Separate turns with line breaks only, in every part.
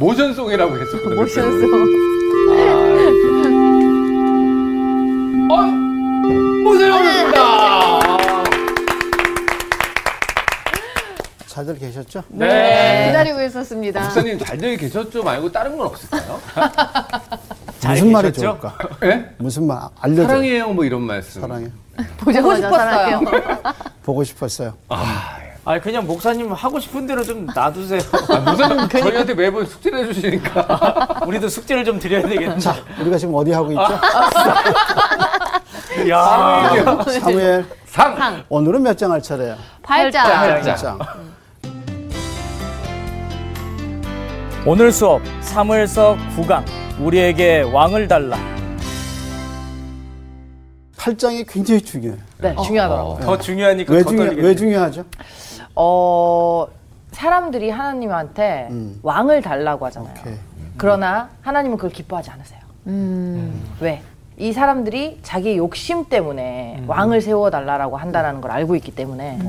모션송이라고 했었거든요.
모션송.
어? 모세영입니다.
잘들 계셨죠?
네.
기다리고 있었습니다.
박사님 잘들 계셨죠 말고 다른 건 없을까요?
무슨 말이
계셨죠?
좋을까?
예?
무슨 말 알려줘.
사랑해요 뭐 이런 말씀.
사랑해.
보고 싶었어요.
보고 싶었어요.
아니 그냥 목사님 하고 싶은 대로 좀 놔두세요.
아, 모세님 저희한테 매번 숙제를 해주시니까.
우리도 숙제를 좀 드려야 되겠네.
자, 우리가 지금 어디 하고 있죠?
아, 야.
사무엘.
상.
오늘은 몇 장 할 차례야?
팔자.
몇 장.
오늘 수업 사무엘서 9강 우리에게 왕을 달라.
8장이 굉장히 중요해요.
아,
네, 중요하더라고요.
더 중요하니까
왜,
그러니까 더
중요,
떨리겠네.
왜 중요하죠?
어, 사람들이 하나님한테 왕을 달라고 하잖아요.
음. 오케이.
그러나 하나님은 그걸 기뻐하지 않으세요. 왜? 이 사람들이 자기 욕심 때문에 왕을 세워달라고 한다는 걸 알고 있기 때문에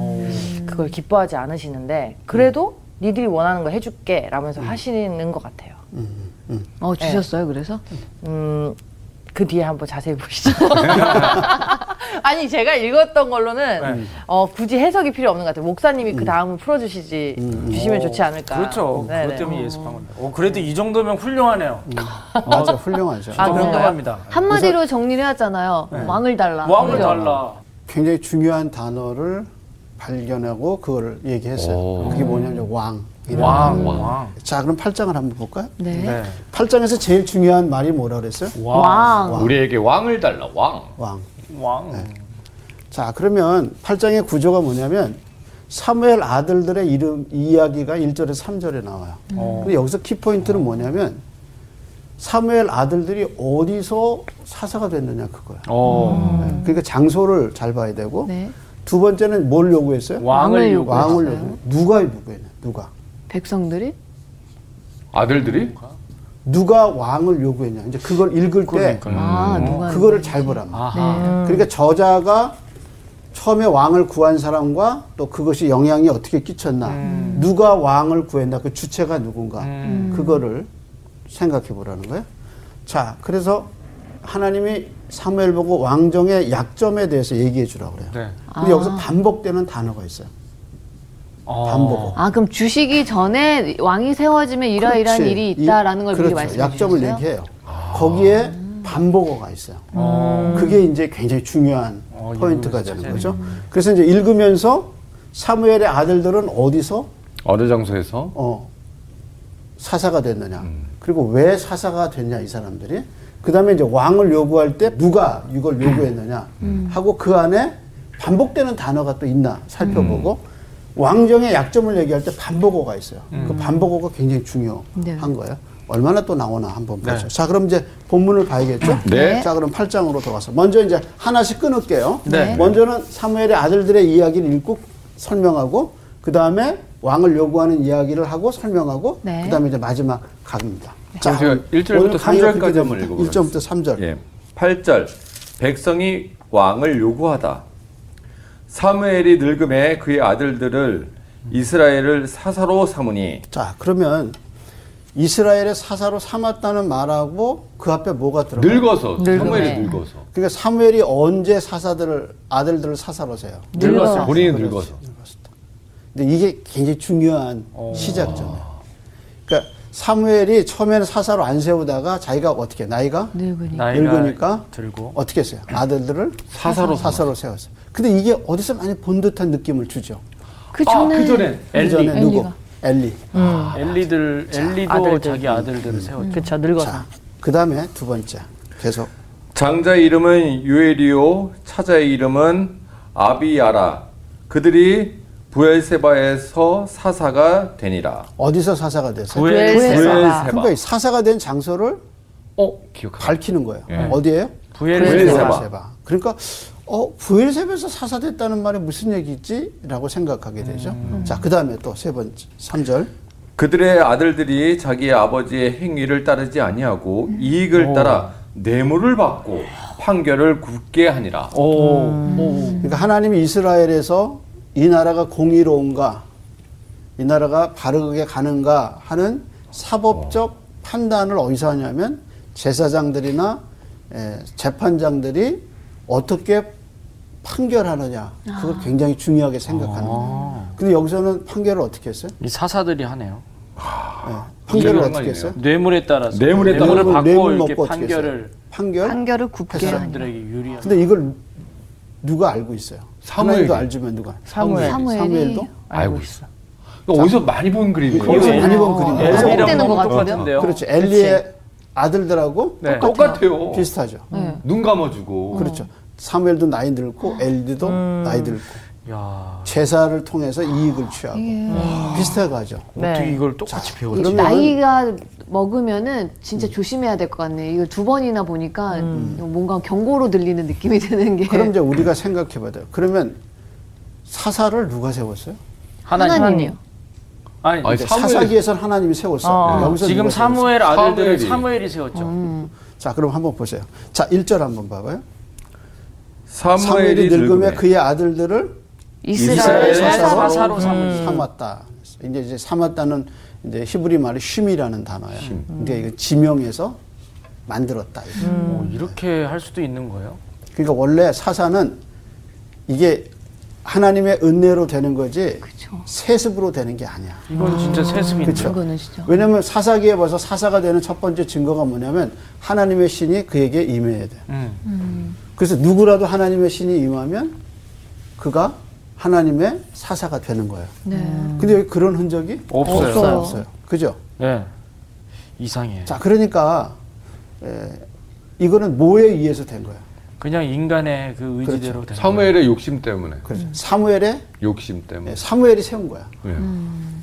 그걸 기뻐하지 않으시는데 그래도 니들이 원하는 거 해줄게 라면서
음.
하시는 것 같아요.
어, 주셨어요, 그래서?
음, 그 뒤에 한번 자세히 보시죠. 아니, 제가 읽었던 걸로는, 어, 굳이 해석이 필요 없는 것 같아요. 목사님이 그 다음을 풀어주시지, 주시면 좋지 않을까.
그렇죠.
네네.
그것 때문에 예습한 건데. 어, 그래도 이 정도면 훌륭하네요.
맞아, 훌륭하죠.
아, 그런가요?
훌륭합니다.
한마디로 정리를 하잖아요. 네. 왕을 달라.
왕을
그죠?
달라.
굉장히 중요한 단어를 발견하고 그거를 얘기했어요. 그게 뭐냐면 왕.
어.
왕, 왕.
자, 그럼 8장을 한번 볼까요?
네.
네.
8장에서 제일 중요한 말이 뭐라 그랬어요?
왕.
우리에게 왕을 달라 왕.
왕.
왕.
자, 그러면 8장의 구조가 뭐냐면 사무엘 아들들의 이름 이야기가 1절에서 3절에 나와요.
음. 어.
근데 여기서 키포인트는 뭐냐면 사무엘 아들들이 어디서 사사가 됐느냐 그거야.
어.
음.
네. 그러니까 장소를 잘 봐야 되고
네.
두 번째는 뭘 요구했어요?
왕을 요구.
왕을 요구. 누가 요구했냐? 누가?
백성들이?
아들들이?
누가 왕을 요구했냐? 이제 그걸 읽을 때
아, 누가.
그거를 잘 보란 말이야.
아하.
그러니까 저자가 처음에 왕을 구한 사람과 또 그것이 영향이 어떻게 끼쳤나, 누가 왕을 구했나, 그 주체가 누군가, 그거를 생각해 보라는 거예요. 자, 그래서 하나님이 사무엘 보고 왕정의 약점에 대해서 얘기해 주라고 그래요.
네.
근데 여기서 반복되는 단어가 있어요.
어.
반복어.
아, 그럼 주시기 전에 왕이 세워지면 이러이러한
그렇지.
일이 있다라는 걸
이-
미리
그렇죠.
말씀해
약점을
주셨어요?
얘기해요. 거기에 반복어가 있어요. 그게 이제 굉장히 중요한
어,
포인트가
읽으면서
되는 거죠. 그래서 이제 읽으면서 사무엘의 아들들은 어디서
어느 장소에서?
어, 사사가 됐느냐. 그리고 왜 사사가 됐냐 이 사람들이. 그다음에 이제 왕을 요구할 때 누가 이걸 요구했느냐 하고 그 안에 반복되는 단어가 또 있나 살펴보고 왕정의 약점을 얘기할 때 반복어가 있어요. 그 반복어가 굉장히 중요한
네.
거예요. 얼마나 또 나오나 한번 보죠. 자, 그럼 이제 본문을 봐야겠죠?
네.
자, 그럼 8장으로 들어가서 먼저 이제 하나씩 끊을게요.
네.
먼저는 사무엘의 아들들의 이야기를 읽고 설명하고 그 다음에 왕을 요구하는 이야기를 하고 설명하고
네.
그 다음에 이제 마지막 각입니다.
네. 그럼 제가 일절부터
오늘 강의가 그렇게
삼절까지 한번
됩니다.
읽어보겠습니다.
1절부터 3절.
예. 8절 백성이 왕을 요구하다. 사무엘이 늙음에 그의 아들들을 이스라엘을 사사로 삼으니
자 그러면 이스라엘의 사사로 삼았다는 말하고 그 앞에 뭐가 들어가요?
늙어서 사무엘이 늙어서.
그러니까 사무엘이 언제 사사들을 아들들을 사사로 세요?
늙었어. 본인이 늙어서.
근데 이게 굉장히 중요한 시작점이에요. 그러니까 사무엘이 처음에는 사사로 안 세우다가 자기가 어떻게 나이가
네.
늙으니.
나이가
늙으니까
들고.
어떻게 했어요? 아들들을 사사로 사사로 세웠어요. 근데 이게 어디서 많이 본 듯한 느낌을 주죠.
그 전에.
그 전에
그 전에
엘리.
누구? 엘리.
엘리들 엘리도 음.
아들들.
자기 아들들을 세웠죠.
그쵸, 늙어서.
자, 그 다음에 두 번째 계속
장자의 이름은 유엘이요 차자의 이름은 아비야라 그들이 부엘세바에서 사사가 되니라.
어디서 사사가 돼서?
부엘세바.
그러니까 이 사사가 된 장소를
어 기억하.
밝히는 거예요. 어디예요?
부엘세바.
그러니까 어 부엘세바에서 사사됐다는 말이 무슨 얘기지라고 생각하게 되죠. 자, 그 다음에 또 세 번째 3절
그들의 아들들이 자기의 아버지의 행위를 따르지 아니하고 이익을 따라 뇌물을 받고 판결을 굳게 하니라.
오.
그러니까 하나님이 이스라엘에서 이 나라가 공의로운가, 이 나라가 바르게 가는가 하는 사법적 판단을 어디서 하냐면 제사장들이나 에, 재판장들이 어떻게 판결하느냐 그걸 굉장히 중요하게 생각하는 거예요. 근데 여기서는 판결을 어떻게 했어요?
이 사사들이 하네요.
예, 판결을
이런
어떻게
거
네.
했어요?
뇌물에 따라서
뇌물에
뇌물을
따라서.
받고
뇌물
이렇게
먹고 어떻게
판결을
판결.
판결을 굽게 하는
사람들에게 유리한.
근데 이걸 누가 알고 있어요?
사무엘이.
하나님도 알지만 누가?
사무엘.
네, 사무엘이.
사무엘도
알고 있어. 그러니까 어디서 많이 본 그림이에요.
거기서 많이 본 그림이에요.
네.
어,
엘리랑
반복되는
너무
것 같은데요.
네, 똑같은데요.
그렇죠. 엘리의 아들들하고
네.
똑같아요.
비슷하죠.
네.
눈 감아주고.
네. 그렇죠. 사무엘도 나이
음.
늙고 엘리도 나이 늙고
야,
제사를 통해서 이익을 취하고 비슷하게 가죠.
네.
어떻게 이걸 똑같이 배워?
이
그러면은-
예. 나이가 먹으면은 진짜 조심해야 될 것 같네. 이거 두 번이나 보니까 뭔가 경고로 들리는 느낌이 드는 게
그럼 이제 우리가 생각해 봐야 돼요. 그러면 사사를 누가 세웠어요?
하나님.
하나님이요.
아니,
아니, 사무엘이-
사사기에서는 하나님이 세웠어.
어,
요 여기서
지금
누가 세웠어요?
사무엘 아들들은
사무엘이.
사무엘이 세웠죠.
음.
자, 그럼 한번 보세요. 자, 1절 한번 봐봐요.
사무엘이
사무엘이
늙음에
늙음에 그의 아들들을
이스라엘
이스라엘
사사로
사사로 음. 삼으신.
삼았다. 이제 이제 삼았다는 이제 히브리 말의 쉼이라는 단어예요. 근데 이거 지명해서 만들었다. 이거.
뭐 이렇게 할 수도 있는 거예요?
그러니까 원래 사사는 이게 하나님의 은혜로 되는 거지 세습으로 되는 게 아니야.
이건 진짜 세습인데.
그쵸.
그거는
그렇죠.
진짜.
왜냐하면 사사기에 봐서 사사가 되는 첫 번째 증거가 뭐냐면 하나님의 신이 그에게 임해야 돼.
음.
그래서 누구라도 하나님의 신이 임하면 그가 하나님의 사사가 되는 거예요.
네.
근데 여기 그런 흔적이
없어요.
없어요. 그죠?
네. 이상해.
자, 그러니까 에, 이거는 뭐에 의해서 된 거야?
그냥 인간의 그 의지대로 되는
사무엘의 욕심 때문에.
음.
그렇죠. 사무엘의
욕심 때문에.
예, 사무엘이 세운 거야.
예.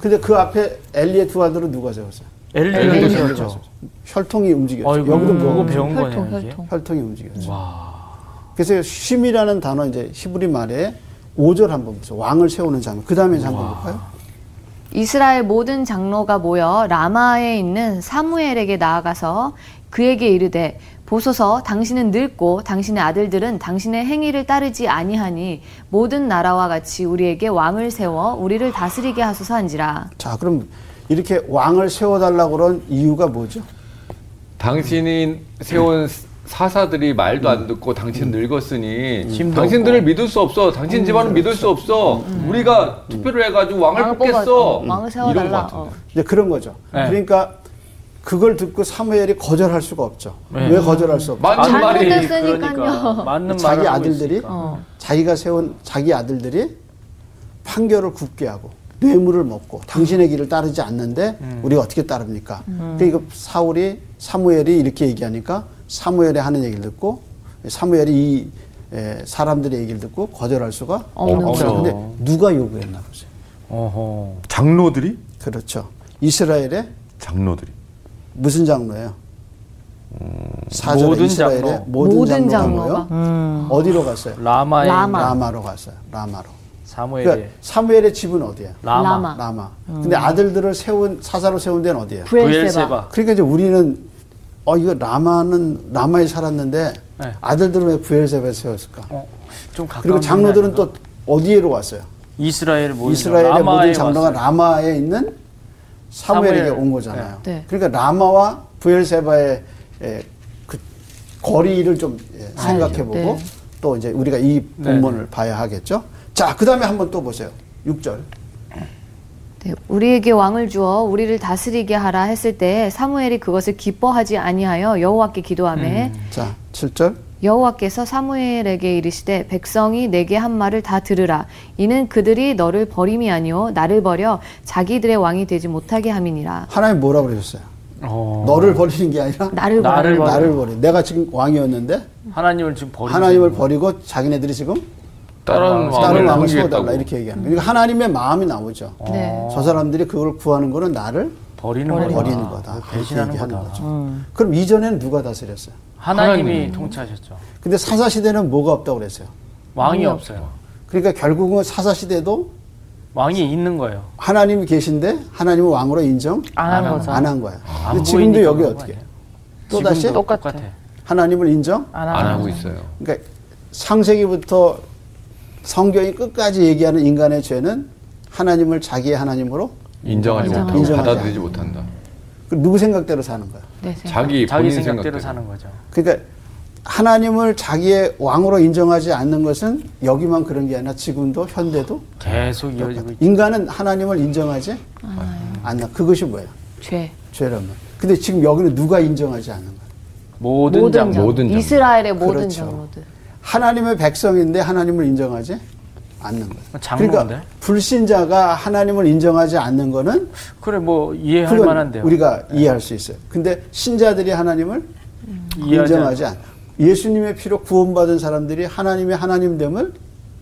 근데 그 앞에 엘리의 두 아들은 누가 세웠어요?
엘리가
엘리가
세웠죠.
세웠죠. 혈통이 움직였죠.
어, 이거
여기도
보고
뭐
배운
혈통,
거네요, 이게.
혈통.
혈통이 움직였죠.
와.
그래서 쉼이라는 단어 이제 히브리 말에 5절 한번 보세요. 왕을 세우는 장면. 그 다음에 이제 한번 볼까요?
이스라엘 모든 장로가 모여 라마에 있는 사무엘에게 나아가서 그에게 이르되 보소서 당신은 늙고 당신의 아들들은 당신의 행위를 따르지 아니하니 모든 나라와 같이 우리에게 왕을 세워 우리를 다스리게 하소서한지라
자, 그럼 이렇게 왕을 세워달라고 그런 이유가 뭐죠?
당신이 세운 사사들이 말도 안 듣고 당신 늙었으니
힘도
당신들을 믿을 수 없어. 당신 집안은 믿을 수 없어. 우리가 투표를 해가지고 왕을
왕을
뽑겠어. 음.
뽑아- 왕을
이런 것
세워달라
같은데.
어.
이제 그런 거죠.
네.
그러니까 그걸 듣고 사무엘이 거절할 수가 없죠.
네.
왜 거절할 수 없죠?
맞는 말이
잘못했으니까요.
그러니까 맞는
자기
말을 하고
아들들이
있으니까.
자기가 세운 자기 아들들이 판결을 굽게 하고 뇌물을 먹고 당신의 길을 따르지 않는데
음.
우리가 어떻게 따릅니까? 근데 이거 사울이 사무엘이 이렇게 얘기하니까 사무엘이 하는 얘기를 듣고 사무엘이 이 에, 사람들의 얘기를 듣고 거절할 수가
없는
없어요.
거죠.
근데 누가 요구했나 보세요.
어허.
장로들이?
그렇죠. 이스라엘의
장로들이. 음.
무슨 장로예요? 사절에
모든
이스라엘의
장로.
모든,
모든
장로가
장로가. 음.
뭐예요? 음. 어디로 갔어요?
라마의
라마.
라마로 갔어요. 라마로.
네,
사무엘의
그러니까 사무엘의 집은 어디야?
라마.
라마.
라마. 근데 아들들을 세운 사사로 세운 데는 어디예요?
브엘세바
그러니까 이제 우리는 어 이거 라마는 라마에 살았는데
네.
아들들은 왜 부엘세바에 세웠을까?
어, 좀
아,
가까운
그리고 장로들은 또 어디에로 왔어요?
이스라엘 모든
이스라엘의
라마에
모든 장로가
왔어요.
라마에 있는 사무엘에게
사무엘.
온 거잖아요.
네. 네.
그러니까 라마와 부엘세바의 에, 그 거리를 좀 예, 생각해보고
네.
또 이제 우리가 이 본문을 봐야 하겠죠. 자, 그 다음에 한번 또 보세요. 6절.
네, 우리에게 왕을 주어 우리를 다스리게 하라 했을 때 사무엘이 그것을 기뻐하지 아니하여 여호와께 기도하매
자, 7절.
여호와께서 사무엘에게 이르시되 백성이 내게 한 말을 다 들으라 이는 그들이 너를 버림이 아니요 나를 버려 자기들의 왕이 되지 못하게 함이니라
하나님 뭐라 그러셨어요?
어.
너를 버리는 게 아니라
나를 버려
나를 버려.
나를 버리. 내가 지금 왕이었는데
하나님을 지금 버리고
하나님을 버리고 자기네들이 지금
다른
다른
왕을 섬기겠다고.
왕을 세워달라 이렇게 얘기하는 거예요. 그러니까 하나님의 마음이 나오죠.
네.
저 사람들이 그걸 구하는 거는 나를
버리는 거다.
버리는, 어, 거다.
배신하는
그렇게 얘기하는
거다.
거죠. 그럼 이전에는 누가 다스렸어요?
하나님이
하나님.
통치하셨죠.
근데 사사 시대는 뭐가 없다고 그랬어요.
왕이 없어요.
그러니까 결국은 사사 시대도
왕이 있는 거예요.
하나님이 계신데 하나님을 왕으로 인정
안 한 거죠.
안 한 거야.
안
근데
보이니까
지금도 여기
그런 거
어떻게?
아니에요?
또 다시
지금도
똑같아.
하나님을 인정?
안
안
하는
하고
거죠.
있어요.
그러니까 상세기부터 성경이 끝까지 얘기하는 인간의 죄는 하나님을 자기의 하나님으로
인정하지
인정하지
못한다.
않아.
받아들이지 못한다.
그 누구 생각대로 사는 거야.
내 생각.
자기
자기
본인
생각대로
생각대로
사는 거죠.
그러니까 하나님을 자기의 왕으로 인정하지 않는 것은 여기만 그런 게 아니라 지금도 현대도
네.
계속 이어지고 있죠.
인간은 하나님을 인정하지 않나. 그것이 뭐야?
아. 죄.
죄라면. 근데 지금 여기는 누가 인정하지 않는 거야?
모든 장 모든 장
이스라엘의 모든
그렇죠.
장로들.
하나님의 백성인데 하나님을 인정하지 않는 거야.
뭐 장로인데?
그러니까 불신자가 하나님을 인정하지 않는 거는
그래 뭐 이해할
그건
만한데요. 네.
우리가 이해할 수 있어요. 근데 신자들이 하나님을
이해하지
인정하지 않아. 예수님의 피로 구원받은 사람들이 하나님의 하나님됨을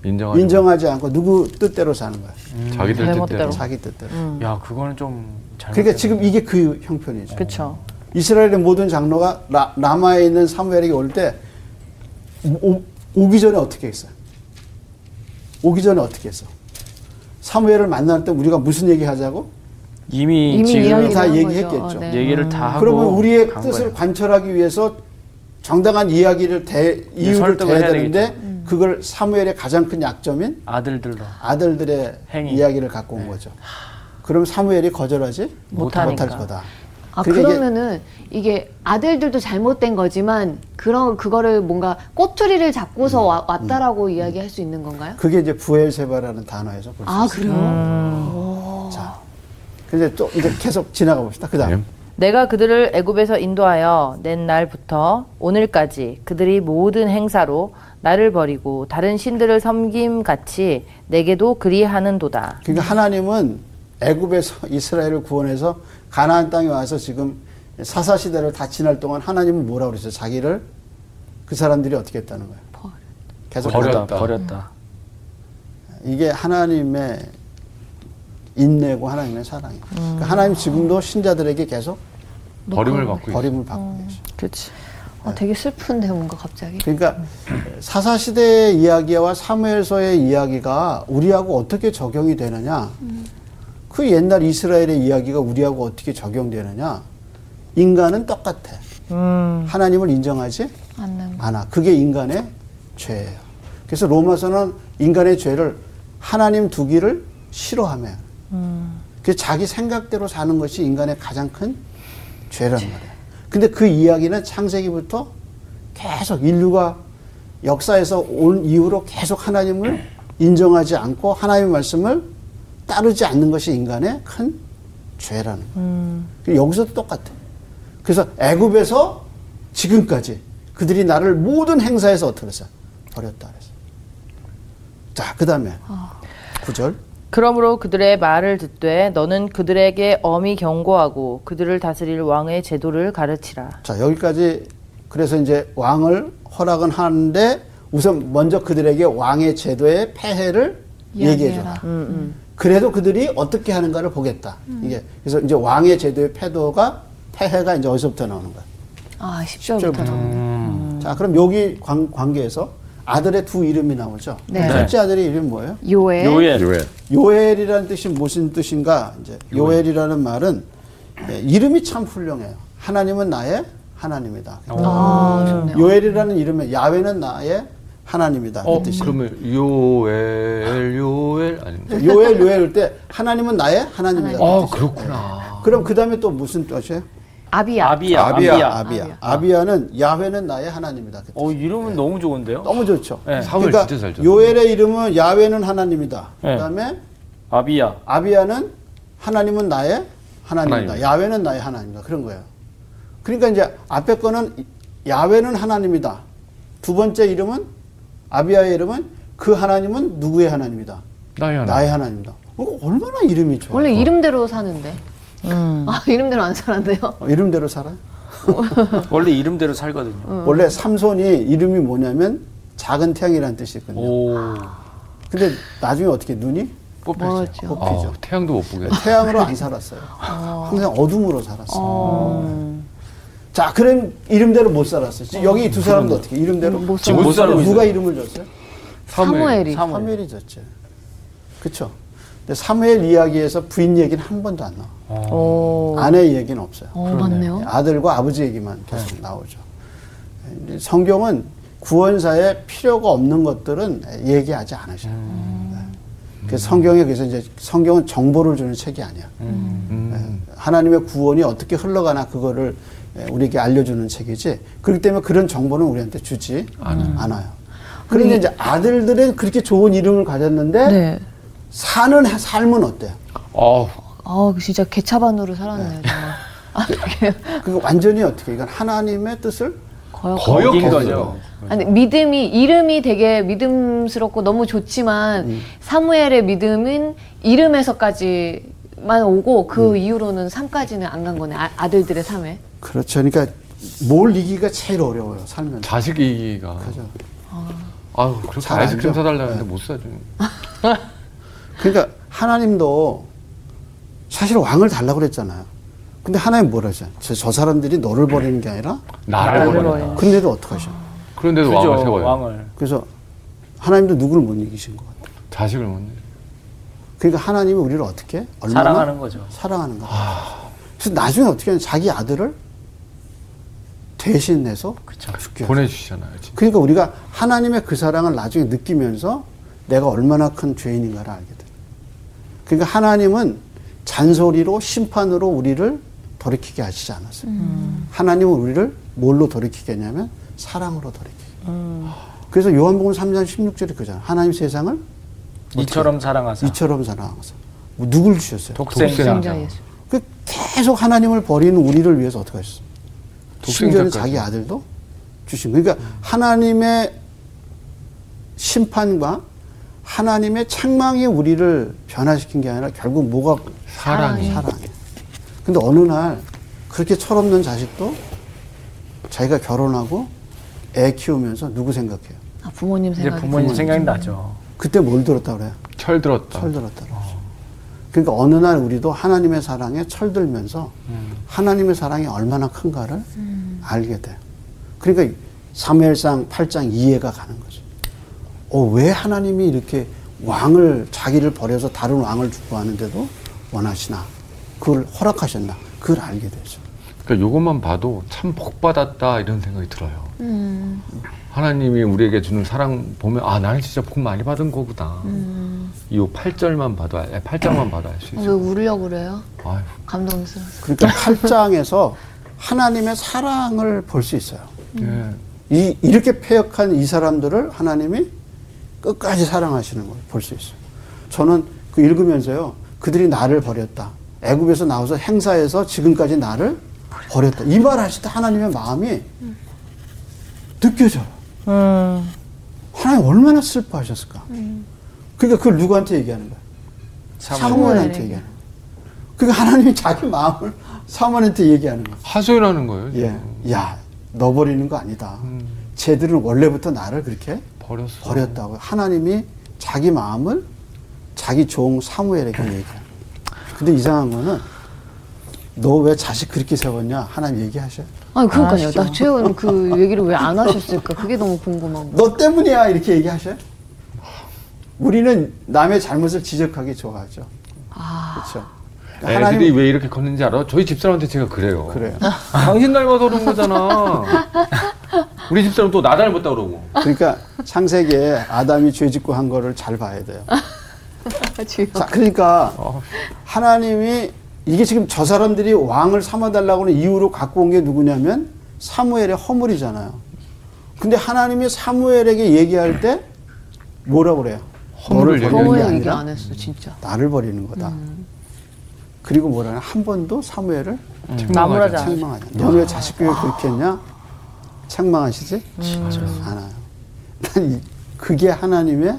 인정하지
인정하지 않고 누구 뜻대로 사는 거야.
음.
자기들
잘못대로.
뜻대로
자기 뜻대로.
야 그거는 좀 잘못.
그러니까 지금 이게 그 형편이죠.
그렇죠.
이스라엘의 모든 장로가 라, 라마에 있는 사무엘에게 올 때 오기 전에 어떻게 했어? 요 오기 전에 어떻게 했어? 사무엘을 만날 때 우리가 무슨 얘기 하자고?
이미,
이미
지금
이야기를
다
한 거죠.
얘기했겠죠.
어, 네.
얘기를 다 하고
음. 그러면 우리의
아, 뭐, 간
뜻을
거예요.
관철하기 위해서 정당한 이야기를 대, 이유를
네, 설득을
대야
해야
되는데 그걸 사무엘의 가장 큰 약점인
아들들로
아들들의
행위.
이야기를 갖고 온 거죠. 그럼 사무엘이 거절하지
못하니까.
못할 거다.
아
그게 이게-
그러면은 이게 아들들도 잘못된 거지만 그런 그거를 뭔가 꼬투리를 잡고서 와- 왔다라고
음.
이야기할 수 있는 건가요?
그게 이제 부엘세바라는 단어에서 볼 수
아 그래요?
있어요. 자, 근데 또 이제 계속 지나가 봅시다. 그다음.
예.
내가 그들을 애굽에서 인도하여 낸 날부터 오늘까지 그들이 모든 행사로 나를 버리고 다른 신들을 섬김 같이 내게도 그리하는도다.
그러니까 하나님은 애굽에서 이스라엘을 구원해서 가나안 땅에 와서 지금 사사 시대를 다 지날 동안 하나님은 뭐라고 그랬어요? 자기를 그 사람들이 어떻게 했다는 거예요? 계속
버렸다.
가다.
버렸다.
이게 하나님의 인내고 하나님의 사랑이에요. 그러니까
음.
하나님 지금도 신자들에게 계속
버림을 받고 있어.
버림을 받고 계셔.
그렇지.
아, 되게 슬픈데 뭔가 갑자기.
그러니까 사사 시대의 이야기와 사무엘서의 이야기가 우리하고 어떻게 적용이 되느냐? 그 옛날 이스라엘의 이야기가 우리하고 어떻게 적용되느냐? 인간은 똑같아. 하나님을 인정하지
안나.
않아. 그게 인간의 죄예요. 그래서 로마서는 인간의 죄를 하나님 두기를 싫어하며. 그 자기 생각대로 사는 것이 인간의 가장 큰 죄란 말이에요. 근데 그 이야기는 창세기부터 계속 인류가 역사에서 온 이후로 계속 하나님을 인정하지 않고 하나님의 말씀을 따르지 않는 것이 인간의 큰 죄라는 거예요. 여기서도 똑같아. 그래서 애굽에서 지금까지 그들이 나를 모든 행사에서 어떻게 했어요? 버렸다 그랬어요. 자, 그 다음에 구절
그러므로 그들의 말을 듣되 너는 그들에게 엄히 경고하고 그들을 다스릴 왕의 제도를 가르치라.
자, 여기까지 그래서 이제 왕을 허락은 하는데 우선 먼저 그들에게 왕의 제도의 폐해를 얘기해 줘라. 음, 그래도 그들이 어떻게 하는가를 보겠다. 이게 그래서 이제 왕의 제도의 폐도가 폐해가 이제 어디서부터 나오는 거야?
아 10절부터.
자, 그럼 여기 관, 관계에서 아들의 두 이름이 나오죠.
네.
첫째 아들의 이름 이 뭐예요?
요엘.
요엘.
요엘.
요엘이라는 뜻이 무슨 뜻인가? 이제 요엘이라는 말은 예, 이름이 참 훌륭해요. 하나님은 나의 하나님이다.
아 좋네요.
요엘이라는 이름에 야훼는 나의 하나님이다. 그
어,
뜻이.
그러면 요엘 요엘 아닙니다.
요엘 요엘일 때 하나님은 나의 하나님이다. 그
아
뜻이에요.
그렇구나.
그럼 그다음에 또 무슨 뜻이에요?
아비야.
아비야.
아비야.
아비야.
아비야. 아비야. 는 야훼는 나의 하나님이다. 그 뜻.
어 이름은 너무 좋은데요.
너무 좋죠.
네.
사무엘
그러니까
진짜 잘 줬네.
요엘의 이름은 야훼는 하나님이다.
네.
그다음에
아비야.
아비야는 하나님은 나의 하나님이다.
하나님.
야훼는 나의 하나님이다. 그런 거예요. 그러니까 이제 앞에 거는 야훼는 하나님이다. 두 번째 이름은 아비야의 이름은 그 하나님은 누구의 하나님이다.
나의 하나님.
나의 하나님이다. 이거 얼마나 이름이 좋아.
원래 이름대로 사는데. 아 이름대로 안 살았네요.
어, 이름대로 살아? 요
원래 이름대로 살거든요.
원래 삼손이 이름이 뭐냐면 작은 태양이라는 뜻이거든요.
오.
근데 나중에 어떻게 눈이
뭐죠?
뽑혔죠. 아, 태양도 못 보겠네.
태양으로 안 살았어요. 항상 어둠으로 살았어요. 자, 그럼 이름대로 못 살았어요. 지금 여기 두 사람도 어떻게 이름대로
못
지금 못 살았어요. 살고
누가
있어요.
이름을 줬어요?
사무엘이.
사무엘이 줬죠. 그렇죠. 근데 사무엘 이야기에서 부인 얘기는 한 번도 안 나와.
아. 오.
아내 얘기는 없어요. 예,
어 맞네요.
아들과 아버지 얘기만 계속 나오죠. 예, 이제 성경은 구원사에 필요가 없는 것들은 얘기하지 않으셔요. 네. 그래서 성경에 그래서 이제 성경은 정보를 주는 책이 아니야.
음.
예, 하나님의 구원이 어떻게 흘러가나 그거를 예, 우리에게 알려주는 책이지. 그렇기 때문에 그런 정보는 우리한테 주지 않아요. 그런데 이제 아들들은 그렇게 좋은 이름을 가졌는데
네.
사는 해- 삶은 어때요?
어우,
아, 진짜 개차반으로 살았네요, 정말. 아, 어떻게
그거 완전히 어떻게 이건 하나님의 뜻을
거역.
거역인
거역했어요.
거죠.
아니, 믿음이 이름이 되게 믿음스럽고 너무 좋지만 사무엘의 믿음은 이름에서까지만 오고 그 이후로는 삶까지는 안 간 거네. 아, 아들들의 삶에.
그렇죠. 그러니까 뭘 이기가 제일 어려워요 삶은.
자식이기가.
그죠.
아유, 그렇게
잘
아이스크림
알죠.
사달라는데 못 사주는.
그러니까 하나님도 사실 왕을 달라고 그랬잖아요. 근데 하나님 뭐라 하죠? 저, 저 사람들이 너를 버리는 게 아니라
나를
나를
버린다.
근데도 어떡하셔?
그런데도
그죠,
왕을 세워요.
왕을.
그래서 하나님도 누구를 못 이기신 것 같아요.
자식을 못. 내요.
그러니까 하나님이 우리를 어떻게 얼마나
사랑하는 거죠.
사랑하는 거. 그래서 나중에 어떻게 하냐 자기 아들을 대신해서 죽게. 하죠.
보내주시잖아요. 지금.
그러니까 우리가 하나님의 그 사랑을 나중에 느끼면서 내가 얼마나 큰 죄인인가를 알게 돼. 그러니까 하나님은 잔소리로 심판으로 우리를 돌이키게 하시지 않았어요. 하나님은 우리를 뭘로 돌이키겠냐면 사랑으로 돌이키. 그래서 요한복음 3장 16절이 그잖아요. 하나님 세상을
이처럼 사랑하사.
이처럼 사랑하사. 뭐 누굴 주셨어요?
독생자.
독생자.
예수.
그 계속 하나님을 버리는 우리를 위해서 어떻게 하셨어요? 심지어는
독생자까지.
자기 아들도 주신 거예요. 그러니까 하나님의 심판과 하나님의 책망이 우리를 변화시킨 게 아니라 결국 뭐가
사랑이.
사랑이에요. 근데 어느 날 그렇게 철없는 자식도 자기가 결혼하고 애 키우면서 누구 생각해요?
아, 부모님
이제
생각이
부모님 생각이 나죠.
그때 뭘 들었다 그래요?
아.
철들었다.
철들었다고. 그러니까 어느 날 우리도 하나님의 사랑에 철들면서 하나님의 사랑이 얼마나 큰가를 알게 돼요. 그러니까 사무엘상 8장 이해가 가는 거죠. 어, 왜 하나님이 이렇게 왕을 자기를 버려서 다른 왕을 주고 하는데도 원하시나? 그걸 허락하셨나? 그걸 알게 되죠.
그러니까 요것만 봐도 참 복받았다 이런 생각이 들어요. 하나님이 우리에게 주는 사랑 보면 아 나는 진짜 복 많이 받은 거구나. 이 8절만 봐도 알- 8장만 봐도 알 수
아, 왜
있어요.
울려고 그래요?
아유,
감동스러워.
그러니까 8장에서 하나님의 사랑을 볼 수 있어요.
예.
이, 이렇게 폐역한 이 사람들을 하나님이 끝까지 사랑하시는 걸 볼 수 있어요. 저는 그 읽으면서요, 그들이 나를 버렸다. 애굽에서 나와서 행사에서 지금까지 나를 버렸다. 이 말 하실 때 하나님의 마음이 느껴져요. 하나님 얼마나 슬퍼하셨을까. 그러니까 그걸 누구한테 얘기하는 거야? 사무엘한테 얘기하는 거야. 그러니까 하나님이 자기 마음을 사무엘한테 얘기하는 거야.
하소연하는 거예요. 지금.
예. 야, 너 버리는 거 아니다. 쟤들은 원래부터 나를 그렇게
음. 버렸어.
버렸다고. 하나님이 자기 마음을 자기 종 사무엘에게 얘기해요. 근데 이상한 거는 너 왜 자식 그렇게 세웠냐? 하나님 얘기하셔.
아니, 그러니까요. 나 최원 그 얘기를 왜 안 하셨을까? 그게 너무 궁금한 거.
너 때문이야 이렇게 얘기하셔. 우리는 남의 잘못을 지적하기 좋아하죠. 그렇죠.
애들이 예, 왜 이렇게 컸는지 알아? 저희 집사람한테 제가 그래요.
그래요.
당신 닮아서 그런 거잖아. 우리 집사람 또 나 닮았다 그러고.
그러니까 창세기에 아담이 죄짓고 한 거를 잘 봐야 돼요. 자, 그러니까 하나님이 이게 지금 저 사람들이 왕을 삼아달라고 하는 이유로 갖고 온 게 누구냐면 사무엘의 허물이잖아요. 근데 하나님이 사무엘에게 얘기할 때 뭐라고 그래요?
허물을
너를 버리는
너무
게
얘기
아니라
안 했어, 진짜.
나를 버리는 거다. 그리고 뭐라 하나 한 번도 사무엘을
나무라지 않아.
책망하냐. 너왜 자식 교육 그렇게 했냐? 책망하시지? 않아요. 난 이- 그게 하나님의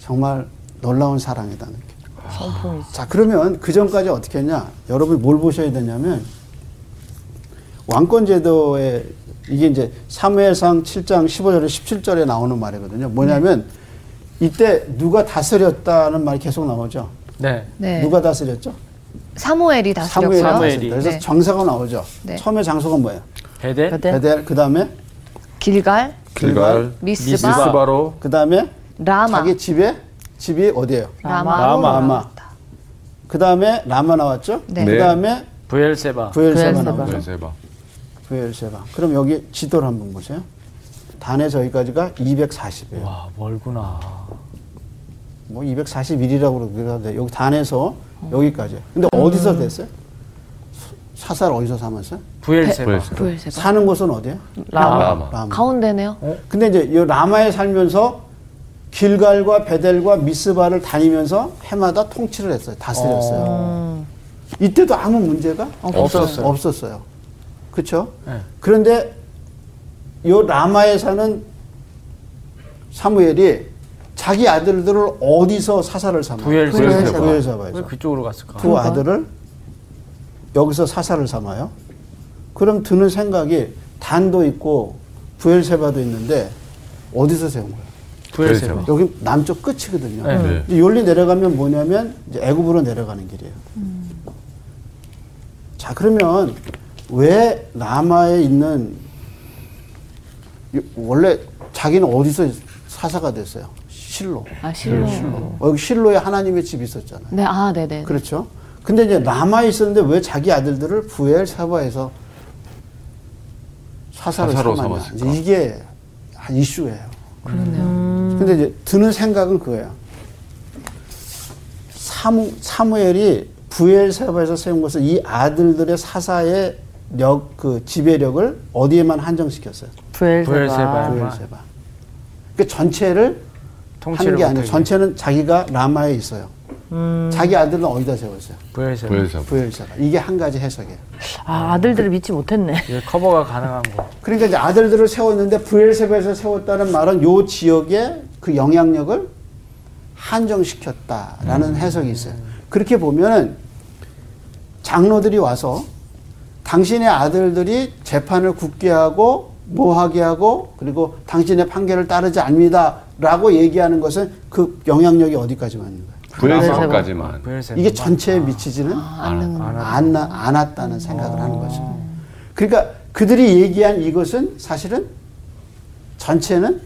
정말 놀라운 사랑이다. 느껴.
아. 성품이지.
자, 그러면 그 전까지 어떻게 했냐? 여러분이 뭘 보셔야 되냐면, 왕권제도에, 이게 이제 사무엘상 7장 15절에 17절에 나오는 말이거든요. 뭐냐면,
네.
이때 누가 다스렸다는 말이 계속 나오죠.
네.
네.
누가 다스렸죠?
사무엘이 다스렸고요.
사무엘이
사무엘이.
다스렸다. 그래서
네.
정사가 나오죠.
네.
처음에 장소가 뭐예요?
베델.
베델.
베델, 그 다음에
길갈,
길갈,
미스바,
미스바로
그 다음에
라마,
자기 집에 집이 어디예요?
라마로
라마.
돌아갔다.
그 다음에 라마 나왔죠?
네.
그 다음에
부엘세바.
부엘세바
부엘세바.
나오죠.
그래서 해봐.
부엘세바. 그럼 여기 지도를 한번 보세요. 단에 저기까지가 240이에요.
와 멀구나.
뭐 241이라고 그러기도 하는데 여기 단에서 여기까지. 근데 어디서 됐어요? 사살 어디서 삼았어요?
부엘세바.
부엘세바.
부엘세바.
사는 곳은 어디예요?
라마.
라마.
라마.
가운데네요.
근데 이제 이 라마에 살면서 길갈과 베델과 미스바를 다니면서 해마다 통치를 했어요. 다스렸어요. 이때도 아무 문제가
없었어요.
없었어요. 그렇죠? 그런데 요 라마에 사는 사무엘이 자기 아들들을 어디서 사살을 삼아요?
부엘세바.
부엘세바.
부엘세바에서.
왜 그쪽으로 갔을까?
두 아들을 여기서 사살을 삼아요. 그럼 드는 생각이 단도 있고 부엘세바도 있는데 어디서 세운 거예요?
부엘세바.
여기 남쪽 끝이거든요.
네.
네.
이제 요리 내려가면 뭐냐면 이제 애굽으로 내려가는 길이에요. 음. 자 그러면 왜 라마에 있는 요- 원래 자기는 어디서 사사가 됐어요? 실로.
아 실로.
어, 여기 실로에 하나님의 집이 있었잖아요.
네, 아, 네, 네.
그렇죠. 근데 이제 라마에 있었는데 왜 자기 아들들을 부엘사바에서 사사로,
사사로
삼았냐.
삼았을까?
이제 이게 한 이슈예요. 그러네요. 근데 이제 드는 생각은 그거예요. 사무, 사무엘이 부엘사바에서 세운 것은 이 아들들의 사사의 력, 그 지배력을 어디에만 한정시켰어요.
부엘세바.
부엘사바. 그 전체를
통치를
하는 게 아니에요.
못하게.
전체는 자기가 라마에 있어요.
음.
자기 아들은 어디다 세웠어요?
부엘세바.
부엘세바.
부엘사가 이게 한 가지 해석이에요.
아 아들들을 믿지 못했네.
이게 커버가 가능한 거.
그러니까 이제 아들들을 세웠는데 부엘세바에서 세웠다는 말은 요 지역의 그 영향력을 한정시켰다라는 해석이 있어요. 그렇게 보면은 장로들이 와서 당신의 아들들이 재판을 굳게 하고 모하게 하고 그리고 당신의 판결을 따르지 않습니다라고 얘기하는 것은 그 영향력이 어디까지 맞는 거예요?
부엘세바까지만.
부엘세바.
이게 전체에 미치지는 아, 안, 어. 나- 안 왔다는 생각을 하는 거죠. 그러니까 그들이 얘기한 이것은 사실은 전체는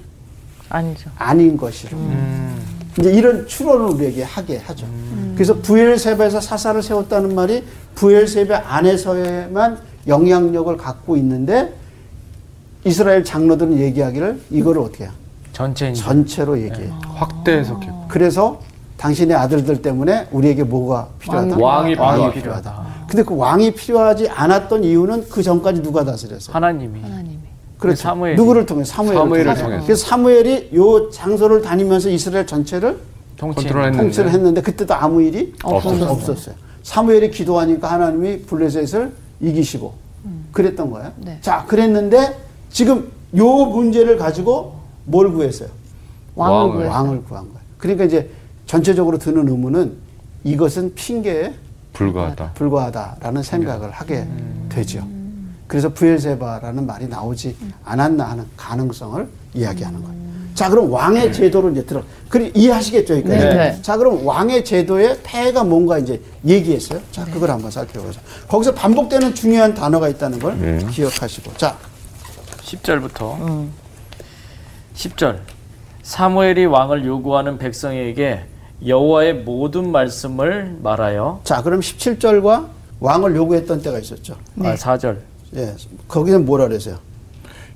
아니죠.
아닌 것이로.
음,
이제 이런 추론을 우리에게 하게 하죠. 그래서 부엘세바에서 사사를 세웠다는 말이 부엘세바 안에서만 영향력을 갖고 있는데 이스라엘 장로들은 얘기하기를 이거를 어떻게 해요? 음.
전체인.
전체로 얘기해요.
확대 해석했고.
그래서 당신의 아들들 때문에 우리에게 뭐가 필요하다?
왕이 필요하다.
근데 그 왕이 필요하지 않았던 이유는 그 전까지 누가 다스렸어요?
하나님이.
그렇죠.
사무엘이.
누구를 통해? 사무엘을,
사무엘을
통해서.
통해서.
그래서 사무엘이 요 장소를 다니면서 이스라엘 전체를
통치인.
컨트롤했는데.
통치를 했는데 그때도 아무 일이 없었어요. 사무엘이 기도하니까 하나님이 블레셋을 이기시고 그랬던 거예요.
네.
자, 그랬는데 지금 요 문제를 가지고 뭘 구했어요?
왕을
왕을.
네.
구했어요.
왕을 구한 거예요. 그러니까 이제 전체적으로 드는 의문은 이것은 핑계에
불과하다.
불과하다라는
음.
생각을 하게 되죠. 그래서 부엘세바라는 말이 나오지
음.
않았나 하는 가능성을 이야기하는 거예요. 자, 그럼 왕의 제도로 이제 들어. 그리 이해하시겠죠, 여기까지?
네. 네.
자, 그럼 왕의 제도의 폐해가 뭔가 이제 얘기했어요. 자,
네.
그걸 한번 살펴보자. 거기서 반복되는 중요한 단어가 있다는 걸
네.
기억하시고. 자,
10절부터 10절 사무엘이 왕을 요구하는 백성에게 여호와의 모든 말씀을 말하여
자, 그럼 17절과 왕을 요구했던 때가 있었죠.
아, 4절
예. 거기는 뭐라 그랬어요?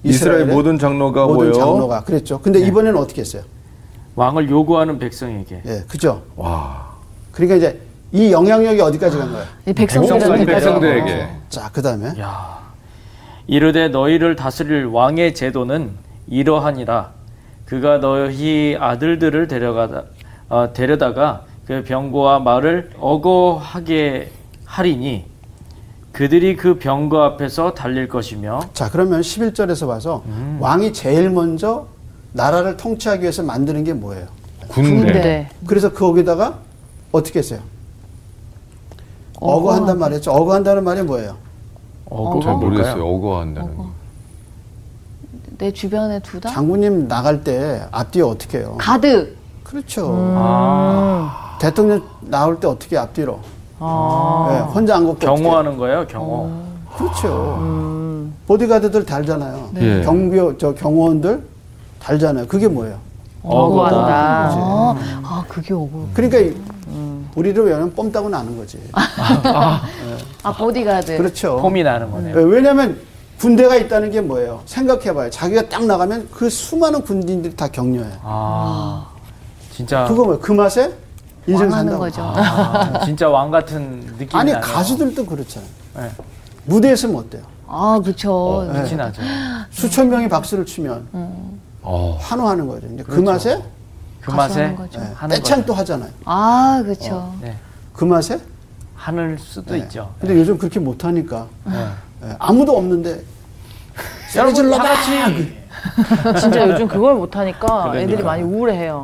이스라엘
이스라엘의
모든 장로가
모든
모여 네.
장로가 그랬죠. 근데 이번에는 어떻게 했어요?
왕을 요구하는 백성에게
예, 그죠?
와.
그러니까 이제 이 영향력이 어디까지 간 거예요?
이 네, 백성들한테
백성들한테
백성들에게.
네.
자, 그 다음에
야 이르되 너희를 다스릴 왕의 제도는 이러하니라 그가 너희 아들들을 데려가다 어, 데려다가 그 병거와 말을 어거하게 하리니 그들이 그 병거 앞에서 달릴 것이며
자, 그러면 11절에서 봐서 왕이 제일 먼저 나라를 통치하기 위해서 만드는 게 뭐예요?
군대.
네.
그래서 거기다가 어떻게 했어요? 어거한단 말이었죠. 어거한다는 말이 뭐예요?
어거
잘 모르겠어요. 어거한다는 거.
내 주변에 두다.
장군님 나갈 때 앞뒤에 어떻게 해요?
가득.
아, 그렇죠.
아,
대통령 나올 때 어떻게 앞뒤로? 예, 혼자 안 걷고 어떻게
경호하는 거예요, 경호.
해요? 그렇죠. 보디가드들 달잖아요.
네. 예.
경비 저 경호원들 달잖아요. 그게 뭐예요?
어구한다.
아, 아 그게 오고.
그러니까 이- 우리를 왜냐면 뻔 따고 나는 거지.
아 보디가드.
그렇죠.
폼이 나는 거네요.
왜냐하면 군대가 있다는 게 뭐예요? 생각해봐요. 자기가 딱 나가면 그 수많은 군인들이 다 격려해.
아,
진짜
그거 뭐야? 그 맛에 인생
왕하는
산다고.
거죠.
아, 진짜 왕 같은 느낌이
아니
나네요.
가수들도 그렇잖아요.
네.
무대에서면 어때요?
아, 그쵸.
네.
어, 빛이 나죠.
수천 명이 박수를 치면
어.
환호하는 거죠. 이제 그 맛에
그 맛에
가수하는 거죠.
네,
예,
하는
떼창
거죠.
또 하잖아요.
아, 그쵸.
네.
그 맛에.
하늘 수도
예.
있죠.
근데 요즘 그렇게 못 하니까
네.
예, 아무도 없는데 소리
여러분
질러
다
봐.
같이
진짜 요즘 그걸 못하니까 애들이 많이 우울해요.